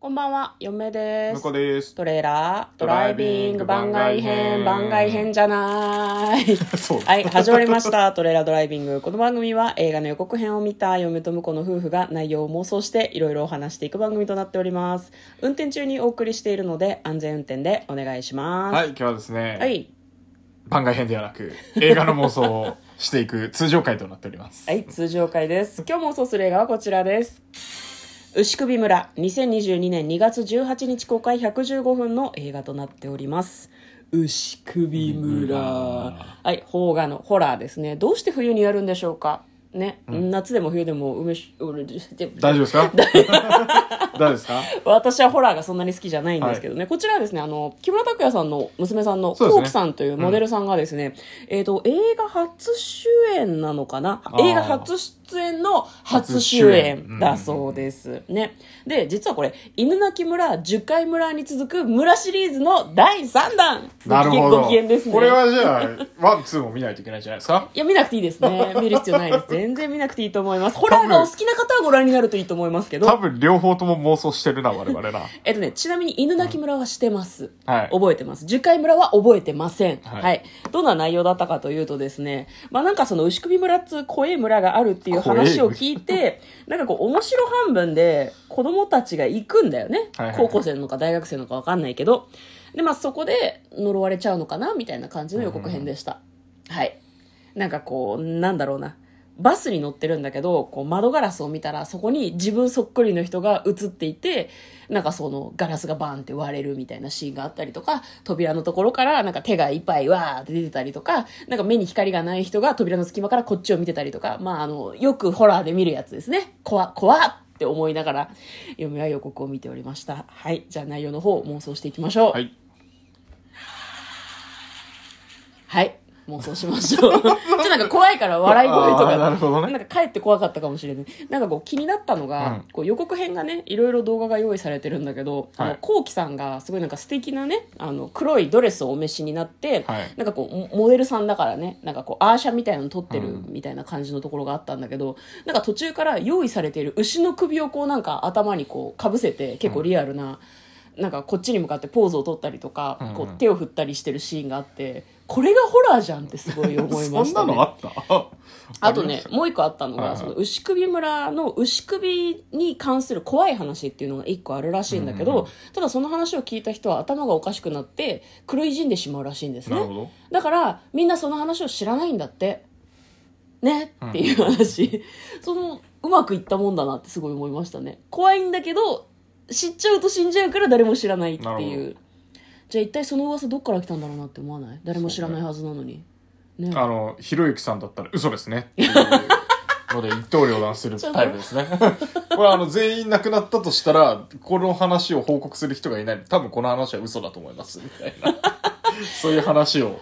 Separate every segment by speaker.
Speaker 1: こんばんは、嫁で
Speaker 2: 向
Speaker 1: す
Speaker 2: こ。うです。
Speaker 1: トレーラー、ドライビング、番外編、番
Speaker 2: 番
Speaker 1: 外
Speaker 2: 外
Speaker 1: 編
Speaker 2: 編
Speaker 1: じゃない。
Speaker 2: そう
Speaker 1: はい、始まりました。トレーラードライビング。この番組は映画の予告編を見た嫁と婿の夫婦が内容を妄想していろいろお話していく番組となっております。運転中にお送りしているので安全運転でお願いします。
Speaker 2: はい、今日はですね、
Speaker 1: はい。
Speaker 2: 番外編ではなく、映画の妄想をして いく通常回となっております。
Speaker 1: はい、通常回です。今日妄想する映画はこちらです。牛首村、2022年2月18日公開115分の映画となっております。牛首村。はい、邦画のホラーですね。どうして冬にやるんでしょうかね、夏でも冬でも梅酒、うで
Speaker 2: 大丈夫で すか大丈夫ですか
Speaker 1: 私はホラーがそんなに好きじゃないんですけどね、こちらはですねあの木村拓哉さんの娘さんの
Speaker 2: そうです
Speaker 1: こ
Speaker 2: ね
Speaker 1: うきさんというモデルさんがですね、えっ、と映画初主演なのかな
Speaker 2: あー
Speaker 1: 映画初出演の初主
Speaker 2: 初主
Speaker 1: 演
Speaker 2: 演
Speaker 1: だそうです、ねで実はこれ犬鳴村樹海村に続く村シリーズの第3弾
Speaker 2: なるほど。
Speaker 1: ご機嫌ですね
Speaker 2: これはじゃあ、ワン、ツーも見ないといけないんじゃないですか
Speaker 1: いや、見なくていいですね。見る必要ないです。全然見なくていいと思います。ホラーがお好きな方はご覧になるといいと思いますけど。
Speaker 2: 多分両方とも妄想してるな、我々な。
Speaker 1: えっとね、ちなみに犬鳴村はしてます。
Speaker 2: はい
Speaker 1: 覚えてます。樹海村は覚えてません。は、
Speaker 2: はいい
Speaker 1: どんな内容だったかというとですね、まあなんかその牛首村っつう怖い村があるっていう話を聞いて、 なんかこう面白半分で子供たちが行くんだよね。
Speaker 2: はいはい
Speaker 1: 高校生なのか大学生なのかわかんないけど。で、まあそこで呪われちゃうのかなみたいな感じの予告編でした。はい。なんかこう、なんだろうな。バスに乗ってるんだけど、こう窓ガラスを見たら、そこに自分そっくりの人が映っていて、なんかそのガラスがバーンって割れるみたいなシーンがあったりとか、扉のところからなんか手がいっぱいわーって出てたりとか、なんか目に光がない人が扉の隙間からこっちを見てたりとか、まああの、よくホラーで見るやつですね。怖っ、怖っって思いながら、嫁は予告を見ておりました。はい。じゃあ内容の方を妄想していきましょう。
Speaker 2: はい。
Speaker 1: はい。妄想しまし ょう。ちょっとなんか怖いから笑い声と
Speaker 2: あ
Speaker 1: か。
Speaker 2: ーなるほどね
Speaker 1: なんか帰って怖かったかもしれない。なんかこう気になったのが、
Speaker 2: うん
Speaker 1: こう予告編がね、いろいろ動画が用意されてるんだけど、あ
Speaker 2: は
Speaker 1: の、
Speaker 2: い
Speaker 1: こうきさんがすごいなんか素敵なね、あの、黒いドレスをお召しになって、
Speaker 2: はい
Speaker 1: なんかこう、モデルさんだからね、なんかこう、アーシャみたいなの撮ってる
Speaker 2: うん
Speaker 1: みたいな感じのところがあったんだけど、なんか途中から用意されている牛の首をこうなんか頭にこう、かぶせて、結構リアルな、なんかこっちに向かってポーズを取ったりとか、
Speaker 2: うんうん
Speaker 1: こう手を振ったりしてるシーンがあってこれがホラーじゃんってすごい思いまし
Speaker 2: そん
Speaker 1: た、
Speaker 2: な
Speaker 1: ね、
Speaker 2: のあった
Speaker 1: あとね、もう一個あったのが、
Speaker 2: はいはい
Speaker 1: その牛首村の牛首に関する怖い話っていうのが一個あるらしいんだけど、
Speaker 2: うんうん
Speaker 1: ただその話を聞いた人は頭がおかしくなって黒いじんでしまうらしいんです
Speaker 2: なる
Speaker 1: ね
Speaker 2: ほど。
Speaker 1: だからみんなその話を知らないんだってねっていう話、 そのうまくいったもんだなってすごい思いましたね怖いんだけど知っちゃうと死んじゃうから誰も知らないって
Speaker 2: なる
Speaker 1: い
Speaker 2: ほ
Speaker 1: うじゃあ一体その噂どっから来たんだろうなって思わない誰も知らないはずなのにね
Speaker 2: あの、ひろゆきさんだったら嘘ですね。っていうので、一刀両断するタイプ ですね。これ、あの、全員亡くなったとしたら、この話を報告する人がいない。多分この話は嘘だと思います。みたいな。そういう話を。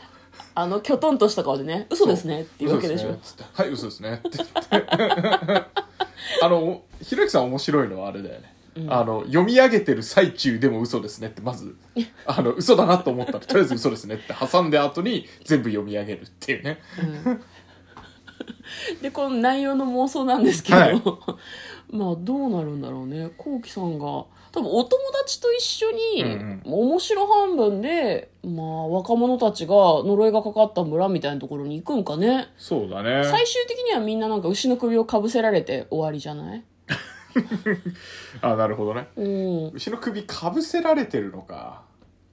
Speaker 1: あのきょとんとした顔でね嘘ですねっていうわけでしょ、
Speaker 2: 嘘すねつってはい、嘘ですね。って言ってあの、ひろゆきさん面白いのはあれだよね。あの読み上げてる最中でも嘘ですねってまずあの嘘だなと思ったらとりあえず嘘ですねって挟んで後に全部読み上げるっていうね
Speaker 1: でこの内容の妄想なんですけど、
Speaker 2: はい
Speaker 1: まあどうなるんだろうねこうきさんが多分お友達と一緒に、
Speaker 2: うん
Speaker 1: 面白半分で、まあ、若者たちが呪いがかかった村みたいなところに行くんかね
Speaker 2: そうだね
Speaker 1: 最終的にはみんななんか牛の首をかぶせられて終わりじゃない
Speaker 2: あなるほどね
Speaker 1: うん
Speaker 2: 牛の首かぶせられてるのか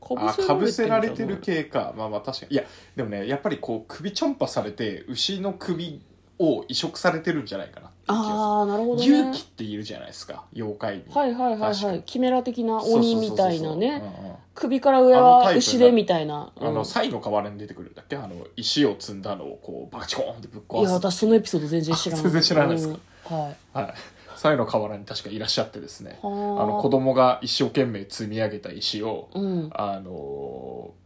Speaker 1: か
Speaker 2: あかぶせられて
Speaker 1: んじゃ
Speaker 2: る
Speaker 1: ない
Speaker 2: 系かまあまあ確かにいやでもねやっぱりこう首ちょんぱされて牛の首を移植されてるんじゃないかなっていう気が
Speaker 1: ああなるほど
Speaker 2: す
Speaker 1: ね
Speaker 2: る勇気っているじゃないですか妖怪に
Speaker 1: はいはいはい
Speaker 2: 確
Speaker 1: は
Speaker 2: か
Speaker 1: い
Speaker 2: に
Speaker 1: キメラ的な
Speaker 2: そうそう
Speaker 1: 鬼
Speaker 2: そうそう
Speaker 1: みたいなね
Speaker 2: うんうん
Speaker 1: 首から上
Speaker 2: あの
Speaker 1: は
Speaker 2: タイプだ
Speaker 1: 牛でみたいな
Speaker 2: あ
Speaker 1: うん
Speaker 2: のサイの代わりに出てくるんだっけあの石を積んだのをこうバチコーンってぶっ
Speaker 1: い
Speaker 2: 壊
Speaker 1: や
Speaker 2: す
Speaker 1: 私そのエピソード全然知らない
Speaker 2: あ全然知らないですか、
Speaker 1: うんはい
Speaker 2: はいサイの代わりに確かいらっしゃってですねあ
Speaker 1: はー
Speaker 2: の子供が一生懸命積み上げた石を
Speaker 1: うん
Speaker 2: あのー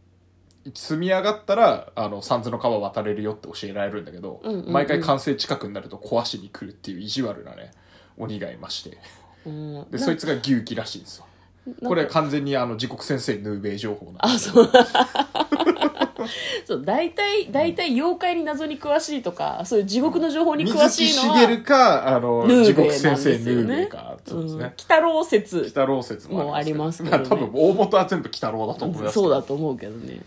Speaker 2: 積み上がったら、あの、三途の川渡れるよって教えられるんだけど、
Speaker 1: うんうんうん
Speaker 2: 毎回完成近くになると壊しに来るっていう意地悪なね、鬼がいまして。
Speaker 1: うん
Speaker 2: で、そいつが牛気らしいんですよ。
Speaker 1: なんか
Speaker 2: これは完全にあの、時刻先生ヌーベイ情報なん
Speaker 1: あ
Speaker 2: です
Speaker 1: そう そう大体大体妖怪に謎に詳しいとかそういう地獄の情報に
Speaker 2: 水
Speaker 1: 詳
Speaker 2: 木
Speaker 1: しい
Speaker 2: し
Speaker 1: の
Speaker 2: げ
Speaker 1: は
Speaker 2: るか、あの、
Speaker 1: ヌ
Speaker 2: 地
Speaker 1: ーベ
Speaker 2: 獄
Speaker 1: イなん
Speaker 2: 先
Speaker 1: ですよね
Speaker 2: 生ヌーベイか。そうです
Speaker 1: うん
Speaker 2: ね。
Speaker 1: 北郎説
Speaker 2: 北郎説もありますけど。
Speaker 1: もうありますけどね
Speaker 2: まあ 多分大元は全部北郎だと思いますけど。
Speaker 1: そうだと思うけどね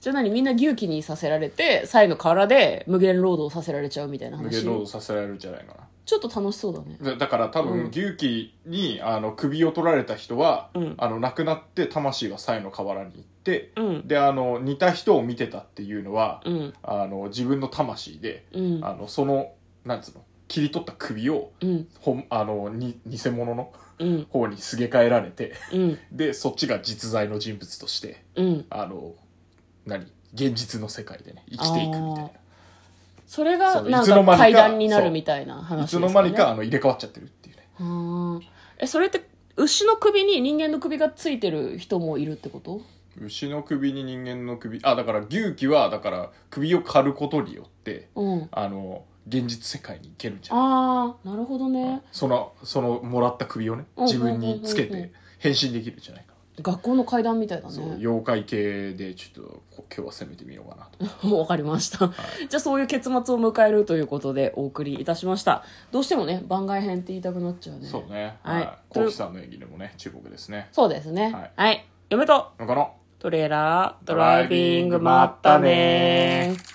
Speaker 1: じゃあ何みんな牛気にさせられてサイの河原で無限労働させられちゃうみたいな
Speaker 2: 無
Speaker 1: 話
Speaker 2: 限労働させられるんじゃないか
Speaker 1: ちょっと楽しそうだね
Speaker 2: な。だだから多
Speaker 1: うん
Speaker 2: 分、牛鬼に、あの、首を取られた人は、
Speaker 1: うん
Speaker 2: あの、亡くなって魂がサイの河原に行って、
Speaker 1: うん
Speaker 2: で、あの、似た人を見てたっていうのは、
Speaker 1: うん
Speaker 2: あの、自分の魂で、
Speaker 1: うん
Speaker 2: あの、その、なんつうの、切り取った首を、
Speaker 1: うん
Speaker 2: ほん、あの、に、偽物の
Speaker 1: うん
Speaker 2: 方にすげ替えられて、
Speaker 1: うん
Speaker 2: で、そっちが実在の人物として、
Speaker 1: うん
Speaker 2: あの、何現実の世界でね、生きていくみたい
Speaker 1: それが
Speaker 2: そう
Speaker 1: なん
Speaker 2: いつの間
Speaker 1: か
Speaker 2: にか
Speaker 1: 階段になるみたいな
Speaker 2: な。い
Speaker 1: 話
Speaker 2: つ
Speaker 1: です
Speaker 2: の
Speaker 1: よ
Speaker 2: 間
Speaker 1: ね
Speaker 2: にか、あの、入れ替わっちゃってるっていうね。
Speaker 1: はあえそれって牛の首に人間の首がついてる人もいるってこと
Speaker 2: 牛の首に人間の首、あ、だから牛鬼は、だから、首を刈ることによって、
Speaker 1: うん
Speaker 2: あの、現実世界に行けるんじゃない
Speaker 1: ああなるほどね
Speaker 2: その、その、もらった首をね、
Speaker 1: うん
Speaker 2: 自分につけ
Speaker 1: うんうんうんう
Speaker 2: て、変身できるんじゃないか。
Speaker 1: 学校の階段みたいだ
Speaker 2: そう、
Speaker 1: ね
Speaker 2: 妖怪系で、ちょっと、こ今日は攻めてみようかなと。
Speaker 1: わかりました。じゃあそういう結末を迎えるということでお送りいたしました。どうしてもね、番外編って言いたくなっちゃうね。
Speaker 2: そうね。
Speaker 1: はい
Speaker 2: はい。コウキさんの演技でもね、注目ですね。
Speaker 1: そうですね。は
Speaker 2: はいい。
Speaker 1: 嫁と
Speaker 2: のかな
Speaker 1: トレーラー、ドライビング、まったねー